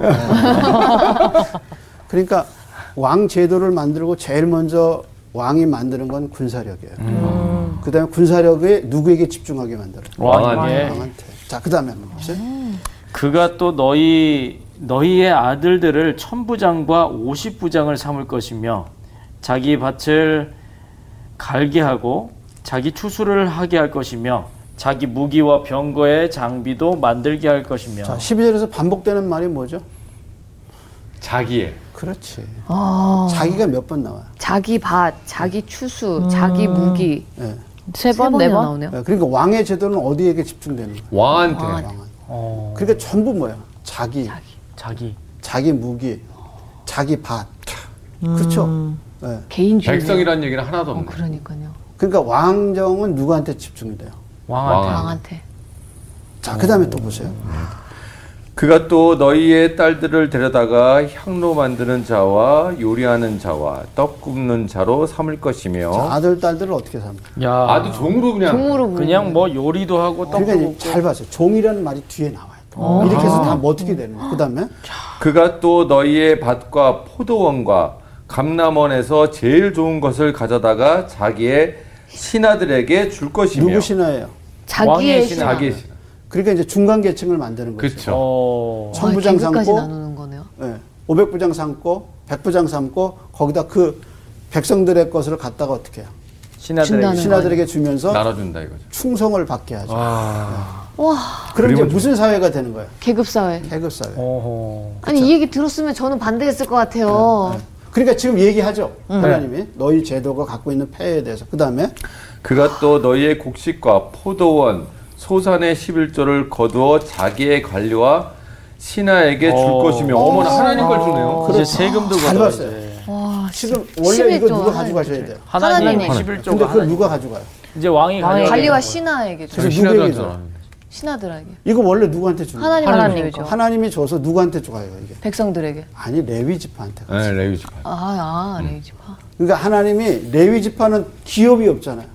그러니까 왕 제도를 만들고 제일 먼저 왕이 만드는 건 군사력이에요.
음.
그다음에 군사력에 누구에게 집중하게 만들어요?
왕한테.
왕한테
왕한테. 자, 그다음에 뭐 한번 보세요.
그가 또 너희 너희의 아들들을 천부장과 오십부장을 삼을 것이며 자기 밭을 갈게 하고 자기 추수를 하게 할 것이며 자기 무기와 병거의 장비도 만들게 할 것이며
자, 12절에서 반복되는 말이 뭐죠?
자기의
그렇지.
아,
자기가 몇 번 나와요?
자기 밭, 자기 추수, 자기 무기.
예.
세
음. 세
번,
번이나
네 번?
나오네요.
예, 그러니까 왕의 제도는 어디에게 집중되는 거예요?
왕한테.
왕은.
어.
그러니까 전부 뭐야? 자기, 자기,
자기
무기, 자기 밭. 그렇죠? 예.
개인주의.
백성이라는 얘기는 하나도 없네.
어, 그러니까요.
그러니까 왕정은 누구한테 집중이 돼요?
아.
왕한테
왕한테.
왕한테.
자, 그다음에 또 보세요.
그가 또 너희의 딸들을 데려다가 향로 만드는 자와 요리하는 자와 떡 굽는 자로 삼을
어?
것이며
자, 아들 딸들을 어떻게 삼?
야
아주 종으로 그냥.
종으로 부르는
그냥 뭐 요리도 하고 떡도
그러니까
먹고
이제 잘 봐서 종이라는 말이 뒤에 나와요.
어.
이렇게 해서
아.
다 어떻게 되는 거예요? 그다음에
그가 또 너희의 밭과 포도원과 감남원에서 제일 좋은 것을 가져다가 자기의 신하들에게 줄 것이며
누구 신하예요?
자기의
왕의
신앙.
자기의 신앙.
그러니까 이제 중간 계층을 만드는 거죠.
그렇죠.
어,
천부장
까지
삼고,
나누는 거네요.
예, 500부장 삼고, 100부장 삼고 거기다 그 백성들의 것을 갖다가 어떻게 해요?
준다는
신하들에게
거
신하들에게
어.
주면서
나눠준다 이거죠.
충성을 받게 하죠. 아.
와,
그럼 이제 무슨 사회가 되는 거예요?
계급사회.
계급 사회.
아, 어허.
아니, 이 얘기 들었으면 저는 반대했을 것 같아요.
그러니까 지금 얘기하죠. 하나님이 너희 제도가 갖고 있는 폐에 대해서. 그다음에
그가 또 너희의 곡식과 포도원 소산의 11조를 거두어 자기의 관리와 신하에게 줄
어.
것이며 어머나 하나님 걸 주네요.
이제
아,
세금도
잘
걷어요,
봤어요.
이제.
와,
지금
십일조
원래 이거 누가
하나님
가져가셔야
거죠.
돼요.
하나님,
하나님.
11조가
근데 그걸
하나님
누가 가져가요?
이제 왕이
왕이
가져가게
관리와
되는
네.
신하에게 줘.
그래서
신하들한테
누구에게 줘요?
전화하는 거예요.
신하들에게.
이거 원래 누구한테 주는 거예요? 어,
하나님
하나님
하나님 줘.
거죠.
하나님이 줘서 누구한테 줘요 이게?
백성들에게.
아니 레위 지파한테. 가요.
네, 레위 지파.
아, 아, 레이지파.
그러니까 하나님이 레위 지파는 기업이 없잖아요.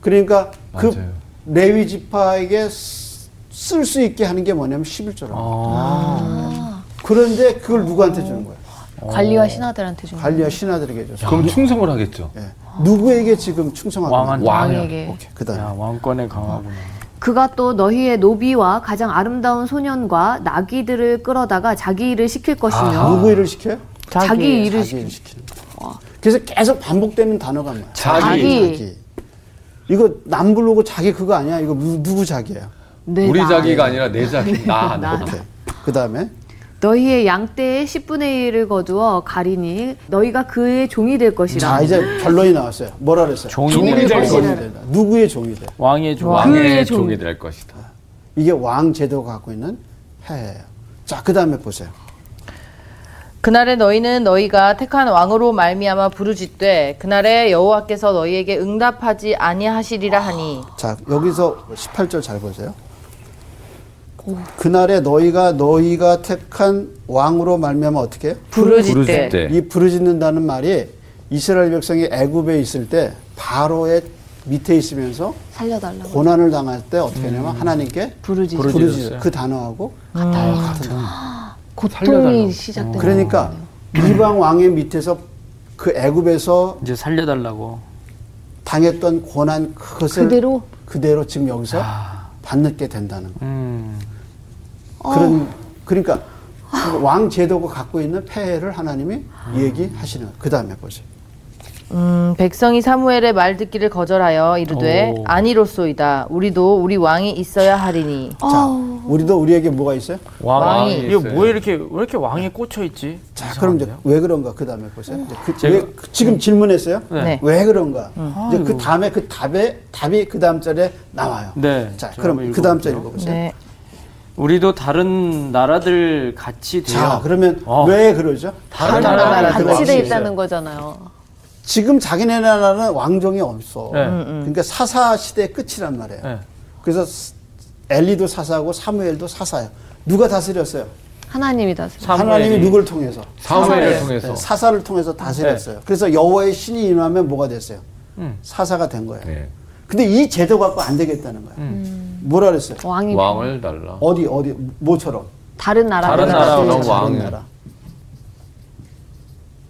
그러니까 그
맞아요.
레위 지파에게 쓸 수 있게 하는 게 뭐냐면 11조라고.
아.
그런데 그걸 누구한테 주는 거예요?
관리와 신하들한테 좀.
관리와 신하들에게 줘서.
그럼 충성을 하겠죠.
예. 누구에게 지금 충성하고
왕한테.
왕에게.
그다음.
야,
에
왕권의 강화구나.
그가 또 너희의 노비와 가장 아름다운 소년과 나귀들을 끌어다가 자기 일을 시킬 것이며
누구 일을 시켜요?
자기, 일을
자기
시킬
일을 시키는 거예요. 그래서 계속 반복되는 단어가 뭐야?
자기.
이거 남 부르고 자기 그거 아니야? 이거 누- 누구 자기야?
네,
우리
나.
자기가 아니라 내 자기. 나. 네.
나.
나.
오케이. 그다음에
너희의 양떼의 10분의 1을 거두어 가리니 너희가 그의 종이 될 것이라
자 이제 결론이 나왔어요. 뭐라 그랬어요?
종이
종이
될
될
것이다.
것이다. 누구의 종이 돼?
왕의 조
왕의 종이 될 것이다.
이게 왕 제도가 갖고 있는 해예요. 자 그다음에 보세요.
그날에 너희는 너희가 택한 왕으로 말미암아 부르짖되 그날에 여호와께서 너희에게 응답하지 아니하시리라 하니
자 여기서 18절 잘 보세요. 그날에 너희가 너희가 택한 왕으로 말미암아 어떻게 해요?
부르짖되
이 부르짖는다는 말이 이스라엘 백성이 애굽에 있을 때 바로의 밑에 있으면서
살려달라고
고난을 당할 때 어떻게 하냐면 하나님께
부르짖
음. 부르짖어요. 아, 그렇죠. 그 단어하고 같은 단어.
고통이 어, 시작된
그러니까 이방 왕의 밑에서 그 애굽에서
이제 살려달라고.
당했던 고난 그것을
그대로?
그대로 지금 여기서 받게 된다는 거예요.
음.
어.
그런 그러니까 왕 제도가 갖고 있는 폐해를 하나님이 얘기하시는 거예요. 그 다음에 보세요.
음, 백성이 사무엘의 말 듣기를 거절하여 이르되
오.
아니로소이다 우리도 우리 왕이 있어야 하리니
아,
자,
어.
우리도 우리에게 뭐가 있어요?
왕이.
왕이
이거
있어요.
뭐에 이렇게 왜 이렇게 왕에 꽂혀 있지?
자, 그럼 이제 왜 그런가? 그 다음에 보세요. 이제 그,
제가-
왜, 그- 지금 질문했어요.
네.
왜 그런가? 이제 그 다음에 그 답에 답이 그 다음 절에 나와요.
네.
자,
제가
그럼
한번
그 다음 절
읽어볼게요.
읽어보세요.
네.
우리도 다른 나라들 같이 돼요.
자, 그러면
어.
왜 그러죠? 다른
나라랑
나라랑
같이 돼
들어가시죠.
있다는 거잖아요.
지금 자기네 나라는 왕정이 없어.
네.
음,
그러니까 사사 시대의 끝이란 말이에요.
네.
그래서 스- 엘리도 사사고 사무엘도 사사예요. 누가 다스렸어요?
하나님이 다스려.
사무엘이.
하나님이 누굴 통해서?
사무엘을 통해서
네, 사사를 통해서 다스렸어요. 그래서 여호와의 신이 임하면 뭐가 됐어요? 사사가 된 거예요.
네.
근데 이 제도 갖고 안 되겠다는 거예요. 뭐라 그랬어요?
왕이
왕을 달라.
어디 어디 뭐처럼?
다른 나라
다른 나라. 나라랑
다른
왕이요.
나라.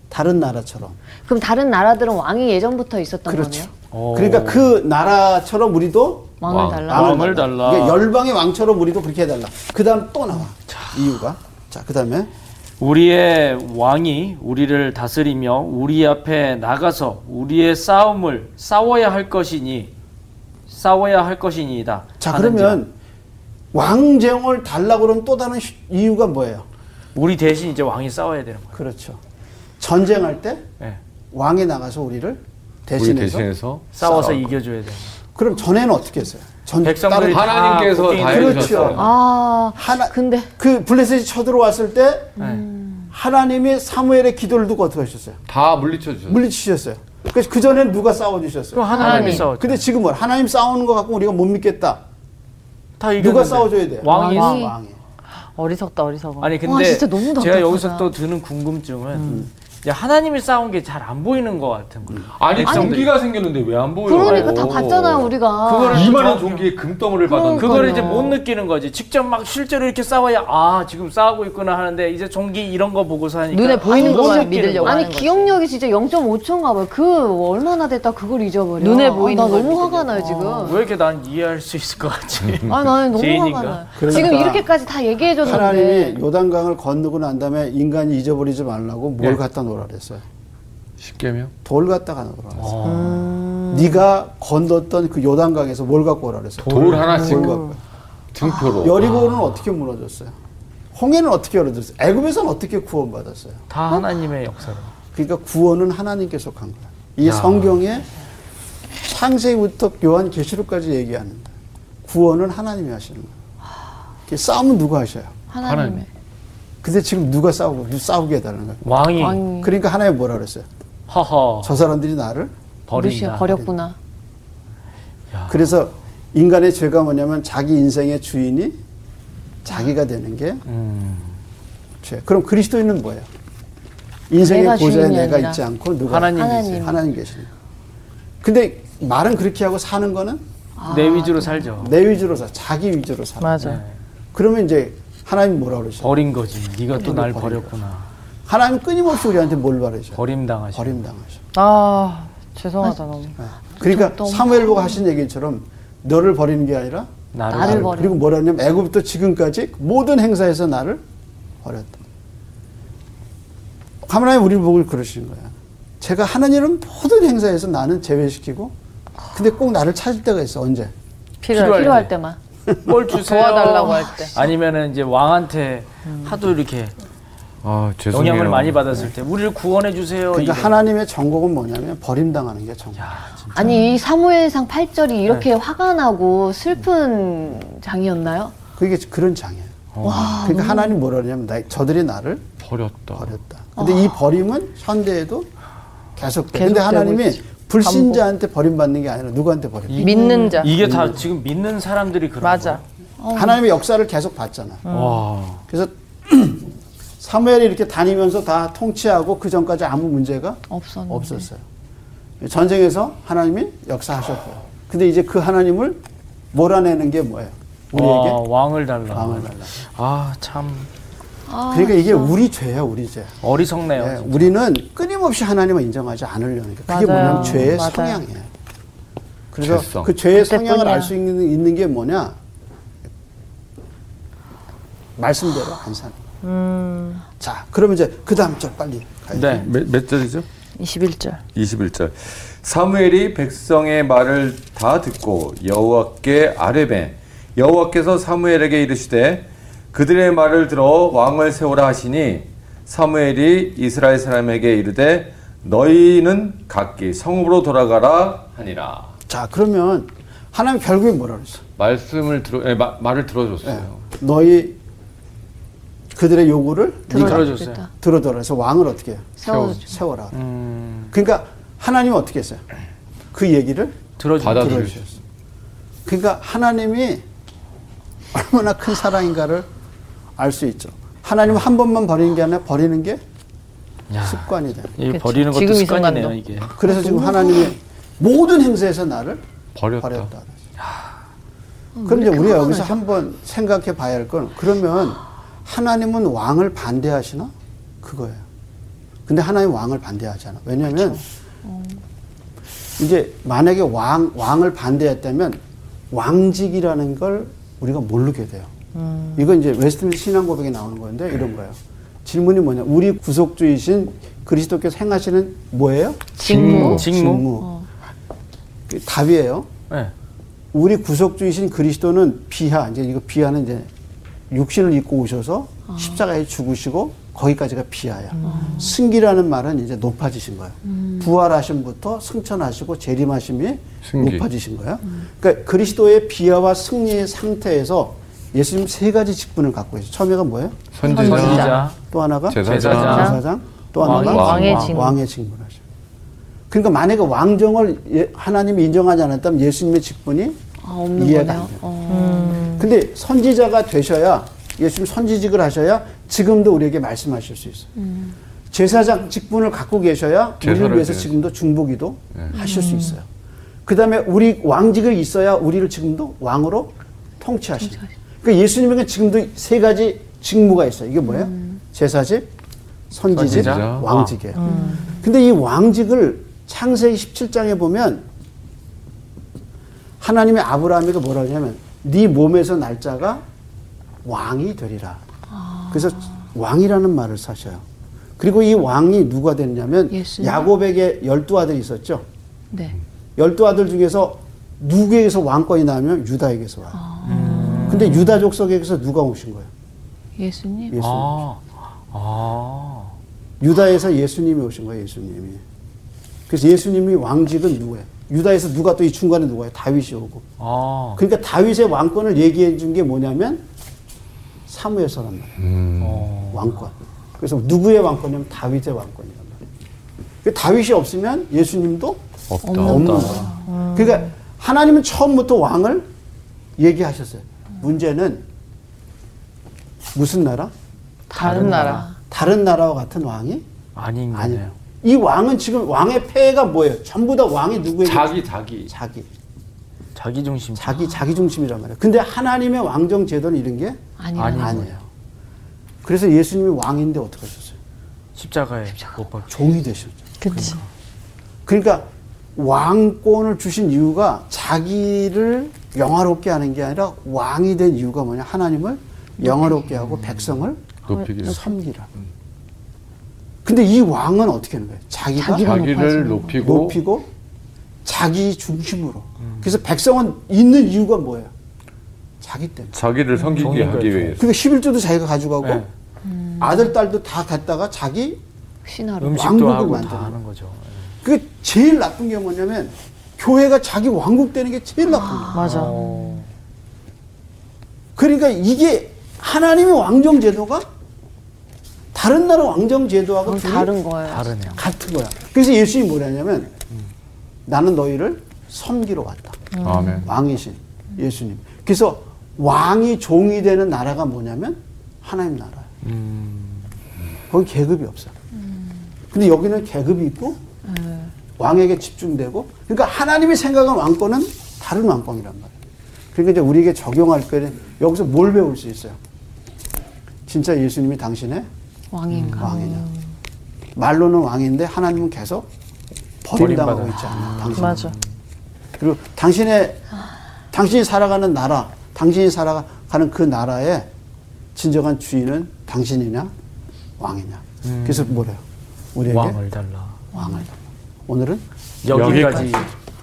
다른 나라처럼.
그럼 다른 나라들은 왕이 예전부터 있었던
그렇죠.
거네요.
그러니까 그 나라처럼 우리도
왕을
왕.
달라.
왕을 달라.
그러니까 열방의 왕처럼 우리도 그렇게 해달라. 그 다음 또 나와. 이유가. 자, 그 다음에.
우리의 왕이 우리를 다스리며 우리 앞에 나가서 우리의 싸움을 싸워야 할 것이니 싸워야 할 것이니이다.
자,
하는지라.
그러면 왕정을 달라고 그러면 또 다른 휴- 이유가 뭐예요?
우리 대신 이제 왕이 싸워야 되는 거예요.
그렇죠. 전쟁할 때
예.
왕이 나가서 우리를
우리
대신해서.
대신해서
싸워서 이겨줘야 돼요.
그럼 전에는 어떻게 했어요? 전
백성들이
따로-
다
하나님께서
국민이-
다
그렇죠.
해주셨어요.
아,
하나
근데
그 블레셋이 쳐들어왔을 때
네.
하나님이 사무엘의 기도를 두고 어떻게 하셨어요?
다 물리쳐
네.
주셨어요.
물리치셨어요. 그래서 그 전에 누가 싸워 주셨어요?
그럼 하나님이 싸워.
근데 지금 뭐 하나님 싸우는 거 갖고 우리가 못 믿겠다.
다 이겼는데.
누가 싸워줘야 돼요?
왕이.
왕, 왕이.
어리석다 어리석어.
아니 근데
와, 진짜 너무
제가
답답하다.
여기서 또 드는 궁금증은 이제 하나님이 싸운 게 잘 안 보이는 것 같은 거예요.
아니 종기가 생겼는데 왜 안 보여요?
그러니까 다 봤잖아요, 우리가.
그거를 이만한 종기에 금덩어리를 받았는데
그걸 이제 못 느끼는 거지. 직접 막 실제로 이렇게 싸워야 아 지금 싸우고 있구나 하는데 이제 종기 이런 거 보고서
그러니까
하니까
아,
눈에 보이는
못
것만
느끼는
믿으려고
거야.
하는
뭐- 아니
거지.
기억력이 진짜 0.5초인가 봐요. 그 얼마나 됐다 그걸 잊어버려.
눈에
아,
보이는
나
걸
너무 화가
믿으려고.
나요 지금.
아, 왜 이렇게 난 이해할 수 있을 것 같지?
아 나는 너무
죄인인가?
화가 나요.
그러니까
지금 이렇게까지 다 얘기해줬는데.
네.
하나님이 요단강을 건너고 난 다음에 인간이 잊어버리지 말라고 뭘
예.
갖다 놓으라 그랬어요?
쉽게면
돌 갖다가 놓으라 그랬어요.
아.
네가 건넜던 그 요단강에서 뭘 갖고 오라 그랬어요?
돌 하나씩
뭘 갖고 오라. 아,
등표로
여리고는 어떻게 무너졌어요? 홍해는 어떻게 열어졌어요? 애굽에서는 어떻게 구원받았어요?
다 하나님의 역사로.
그러니까 구원은 하나님께 속한 거야. 이게 성경에 창세기부터 요한계시록까지 얘기하는 데 구원은 하나님이 하시는 거야. 이게 싸움은 누가 하셔요?
하나님의.
근데 지금 누가 싸우고 싸우게 해달라는 거야.
왕이
왕이
그러니까 하나님이 뭐라 그랬어요?
허허
저 사람들이 나를
버린다.
버렸구나.
그래서 인간의 죄가 뭐냐면 자기 인생의 주인이 자기가 되는 게
음.
죄. 그럼 그리스도인은 뭐예요?
내가
인생의 보좌에
주인이
내가
아니라
있지 않고 누가
하나님
계세요.
계시- 하나님 계시는. 거예요. 근데 말은 그렇게 하고 사는 거는
내 위주로 살죠.
내 위주로 사, 자기 위주로 사.
맞아.
네.
그러면 이제 하나님 뭐라 그러시죠?
버린 거지. 네가 또 날 버렸구나.
하나님 끊임없이 우리한테 뭘 바르셔?
버림당하지.
버림당하셔.
아 죄송하다 너무.
그러니까 사무엘보가 하신 얘기처럼 너를 버리는 게 아니라
나를,
나를 버려.
그리고 뭐라냐면 애굽부터 지금까지 모든 행사에서 나를 버렸다. 하나님 우리를 보고 그러시는 거야. 제가 하나님은 모든 행사에서 나는 제외시키고, 근데 꼭 나를 찾을 때가 있어. 언제?
필요할,
필요할 때만.
뭘 주세요.
도와달라고 할 때.
아니면은 이제 왕한테 하도 이렇게
아 죄송해요.
영향을 많이 받았을 때 우리를 구원해 주세요.
그러니까
이게.
하나님의 정곡은 뭐냐면 버림당하는 게 정곡.
아니 이 사무엘상 8절이 이렇게 화가 나고 슬픈 장이었나요?
그게 그런 장애예요. 그러니까 하나님 뭐라 그러냐면 나, 저들이 나를
버렸다.
버렸다. 근데 이 버림은 현대에도 계속. 돼. 근데
계속되고
하나님이
있지.
불신자한테 버림받는 게 아니라 누구한테 버림?
믿는 자.
이게 다 지금 믿는 사람들이 그런
맞아.
하나님의 역사를 계속 봤잖아.
거예요. 와.
그래서 사무엘이 이렇게 다니면서 다 통치하고 그 전까지 아무 문제가
없었는데.
없었어요. 전쟁에서 하나님이 역사하셨고요. 근데 이제 그 하나님을 몰아내는 게 뭐예요?
와,
우리에게
왕을 달라.
마음을 달라.
아, 참
아,
그러니까 이게
그렇죠.
우리 죄야, 우리 죄.
어리석네요.
예, 우리는 끊임없이 하나님을 인정하지 않으려니까 그게
맞아요.
뭐냐면 죄의
맞아요.
성향이에요. 그래서
죄성.
그 죄의
그때뿐이야.
성향을 알 수 있는, 있는 게 뭐냐? 말씀대로 안 사는 거.
음,
자, 그러면 이제 그 다음 절 빨리 가야 돼.
네.
몇, 몇 절이죠?
21절.
21절. 사무엘이 백성의 말을 다 듣고 여호와께 아뢰매 여호와께서 사무엘에게 이르시되 그들의 말을 들어 왕을 세우라 하시니 사무엘이 이스라엘 사람에게 이르되 너희는 각기 성읍으로 돌아가라 하니라.
자, 그러면 하나님 결국에 뭐라 그랬어? 네.
말씀을 들어 예, 마- 말을
네.
들어줬어요.
너희 그들의 요구를
들어줬어요.
들어줬다.
들어더라 해서 왕을 어떻게 해요?
세워
세워라.
음,
그러니까 하나님은 어떻게 했어요? 그 얘기를
네. 들어주고
받아-
들어주셨어요. 그러니까 하나님이 얼마나 큰 사랑인가를 알 수 있죠. 하나님 한 번만 버리는 게 아니라 버리는 게
야.
습관이 돼요.
이
그쵸.
버리는 것도
지금 이
습관이네요
순간도.
이게.
그래서 지금 하나님이 모든 행세에서 나를
버렸다.
버렸다. 음, 그럼 이제 우리가 여기서 한번 생각해 봐야 할 건 그러면 하나님은 왕을 반대하시나? 그거예요. 근데 하나님 왕을 반대하잖아. 왜냐면 어. 이제 만약에 왕, 왕을 반대했다면 왕직이라는 걸 우리가 모르게 돼요. 이건 이제 웨스트민스 신앙 고백에 나오는 건데 이런 거예요. 질문이 뭐냐? 우리 구속주이신 그리스도께서 행하시는 뭐예요?
직무.
직무. 그 답이에요.
네.
우리 구속주이신 그리스도는 비하, 이제 이거 비하는 이제 육신을 입고 오셔서 십자가에 죽으시고 거기까지가 비하야. 승기라는 말은 이제 높아지신 거예요. 부활하심부터 승천하시고 재림하심이
승기.
높아지신 거예요. 그러니까 그리스도의 비하와 승리의 상태에서 예수님 세 가지 직분을 갖고 있어요. 처음에가 뭐예요?
선지자,
선지자.
또 하나가
제사장.
제사장.
또 하나가
왕.
왕의 직무.
왕의 직무라죠. 그러니까 만약에 왕정을 예- 하나님이 인정하지 않았다면 예수님의 직분이
아, 없는
이해가
거네요.
안
어.
근데 선지자가 되셔야 예수님 선지직을 하셔야 지금도 우리에게 말씀하실 수 있어요. 제사장 직분을 갖고 계셔야 우리를
제사를 네.
위해서
드려야지.
지금도 중보기도 하실 수 있어요. 그다음에 우리 왕직을 있어야 우리를 지금도 왕으로 통치하시는. 거예요. 그러니까 예수님에게 지금도 세 가지 직무가 있어요. 이게 뭐예요? 제사직, 선지직,
선지자,
왕직이에요. 근데 이 왕직을 창세기 17장에 보면 하나님의 아브라함에게 뭐라 하냐면 네 몸에서 날짜가 왕이 되리라. 그래서 왕이라는 말을 사셔요. 그리고 이 왕이 누가 됐냐면
예수님.
야곱에게 열두 아들이 있었죠.
네.
열두 아들 중에서 누구에게서 왕권이 나면 유다에게서 와요.
음.
근데 유다 족속에게서 누가 오신 거예요?
예수님.
예수님.
아. 아.
유다에서 예수님이 오신 거예요, 예수님이. 그래서 예수님이 왕직은 누구예요? 유다에서 누가 또 이 중간에 누구예요? 다윗이 오고.
아.
그러니까 다윗의 왕권을 얘기해 준 게 뭐냐면 사무엘서란 말이에요.
음.
어.
왕권. 그래서 누구의 왕권이냐면 다윗의 왕권이란 말이에요. 그 다윗이 없으면 예수님도
어,
없다.
없는 거야. 그러니까 하나님은 처음부터 왕을 얘기하셨어요. 문제는 무슨 나라?
다른 나라.
다른 나라와 같은 왕이
아닌
음,
아니에요.
거네요.
이 왕은 지금 왕의 폐해가 뭐예요? 전부 다 왕이 누구에게?
자기 자기
자기.
자기 중심.
자기 자기 중심이란 말이에요. 근데 하나님의 왕정 제도는 이런 게
아니라는
아니에요. 그래서 예수님이 왕인데 어떻게 하셨어요?
십자가에 못 박혀.
종이 되셨죠.
그치.
그러니까 왕권을 주신 이유가 자기를 영화롭게 하는 게 아니라 왕이 된 이유가 뭐냐? 하나님을 영화롭게 하고 백성을
높이기 위해서.
섬기라. 근데 이 왕은 어떻게 하는 거예요? 자기가
자기를 높이고,
높이고 자기 중심으로. 그래서 백성은 있는 이유가 뭐예요? 자기 때문에.
자기를 섬기게
섬기는
하기
거예요.
위해서.
그러니까 11조도 자기가 가져가고
네.
아들 딸도 다 갖다가 자기
신하로.
음식도
왕국을
하고
만드는
다 하는 거죠.
그 제일 나쁜 게 뭐냐면 교회가 자기 왕국 되는 게 제일 나쁜 거예요.
맞아.
그러니까 이게 하나님의 왕정 제도가 다른 나라 왕정 제도하고
그건
둘이
다른 거예요.
다르네요.
같은 거야. 그래서 예수님이 뭐냐면 나는 너희를 섬기러 왔다.
음. 아멘.
왕이신 예수님. 그래서 왕이 종이 되는 나라가 뭐냐면 하나님 나라예요.
음.
거기 계급이 없어. 근데 여기는 계급이 있고
네.
왕에게 집중되고 그러니까 하나님이 생각한 왕권은 다른 왕권이란 말이에요. 그러니까 이제 우리에게 적용할 거는 여기서 뭘 배울 수 있어요? 진짜 예수님이 당신의
음,
왕인가.
왕이냐. 말로는 왕인데 하나님은 계속 버림당하고 있지 않나. 당신.
맞아.
그리고 당신의 당신이 살아가는 나라, 당신이 살아가는 그 나라의 진정한 주인은 당신이냐 왕이냐. 그래서 뭐래요? 우리에게
왕을 달라.
왕을. 오늘은
여기까지.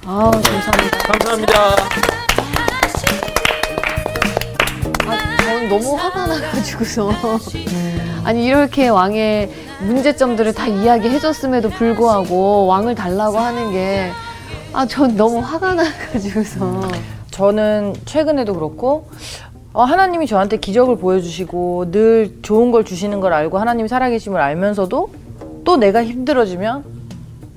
아, 감사합니다.
감사합니다.
아, 저는 너무 화가 나가지고서. 음. 아니, 이렇게 왕의 문제점들을 다 이야기해줬음에도
음.
불구하고 왕을 달라고 하는 게, 아, 전 너무 화가 나가지고서.
저는 최근에도 그렇고 어, 하나님이 저한테 기적을 보여주시고 늘 좋은 걸 주시는 걸 알고 하나님이 살아계심을 알면서도 또 내가 힘들어지면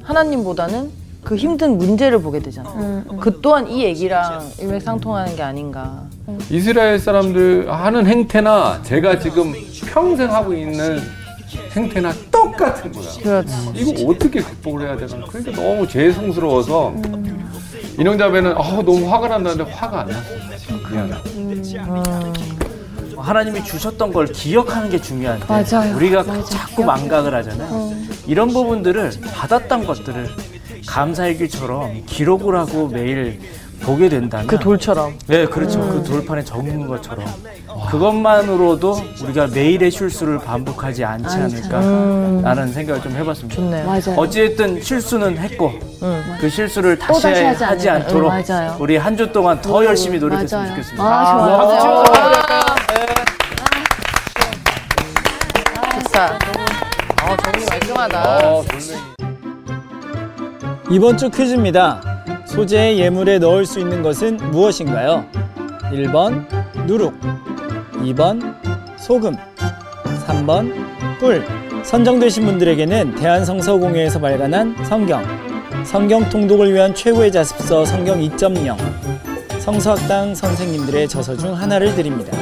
하나님보다는 그 힘든 문제를 보게 되잖아요. 그 또한 이 얘기랑 일맥상통하는 게 아닌가.
이스라엘 사람들 하는 행태나 제가 지금 평생 하고 있는 행태나 똑같은 거야.
그렇지.
이거 어떻게 극복을 해야 되나? 그러니까 너무 죄송스러워서 인형자매는 아 너무 화가 난다는데 화가 안 났어. 미안해.
하나님이 주셨던 걸 기억하는 게 중요한데
맞아요. 어.
우리가 자꾸 망각을 하잖아요. 이런 부분들을 받았던 것들을 감사일기처럼 기록을 하고 매일 보게 된다면
그 돌처럼.
네, 그렇죠.
음.
그 돌판에 적는 것처럼 그것만으로도 우리가 매일의 실수를 반복하지 않지 않을까라는 생각을 좀 해봤습니다.
좋네요.
음. 맞아요. 음.
어찌됐든 실수는 했고 그 실수를
또
다시,
다시 하지
하지,
않을까.
않도록
응, 맞아요.
우리 한 주 동안 더 열심히 노력했으면
맞아요.
좋겠습니다.
아, 좋아요.
진짜. 어, 정리 말끔하다.
이번 주 퀴즈입니다. 소재의 예물에 넣을 수 있는 것은 무엇인가요? 1번 누룩, 2번 소금, 3번 꿀. 선정되신 분들에게는 대한성서공회에서 발간한 성경, 성경 통독을 위한 최고의 자습서 성경 2.0, 성서학당 선생님들의 저서 중 하나를 드립니다.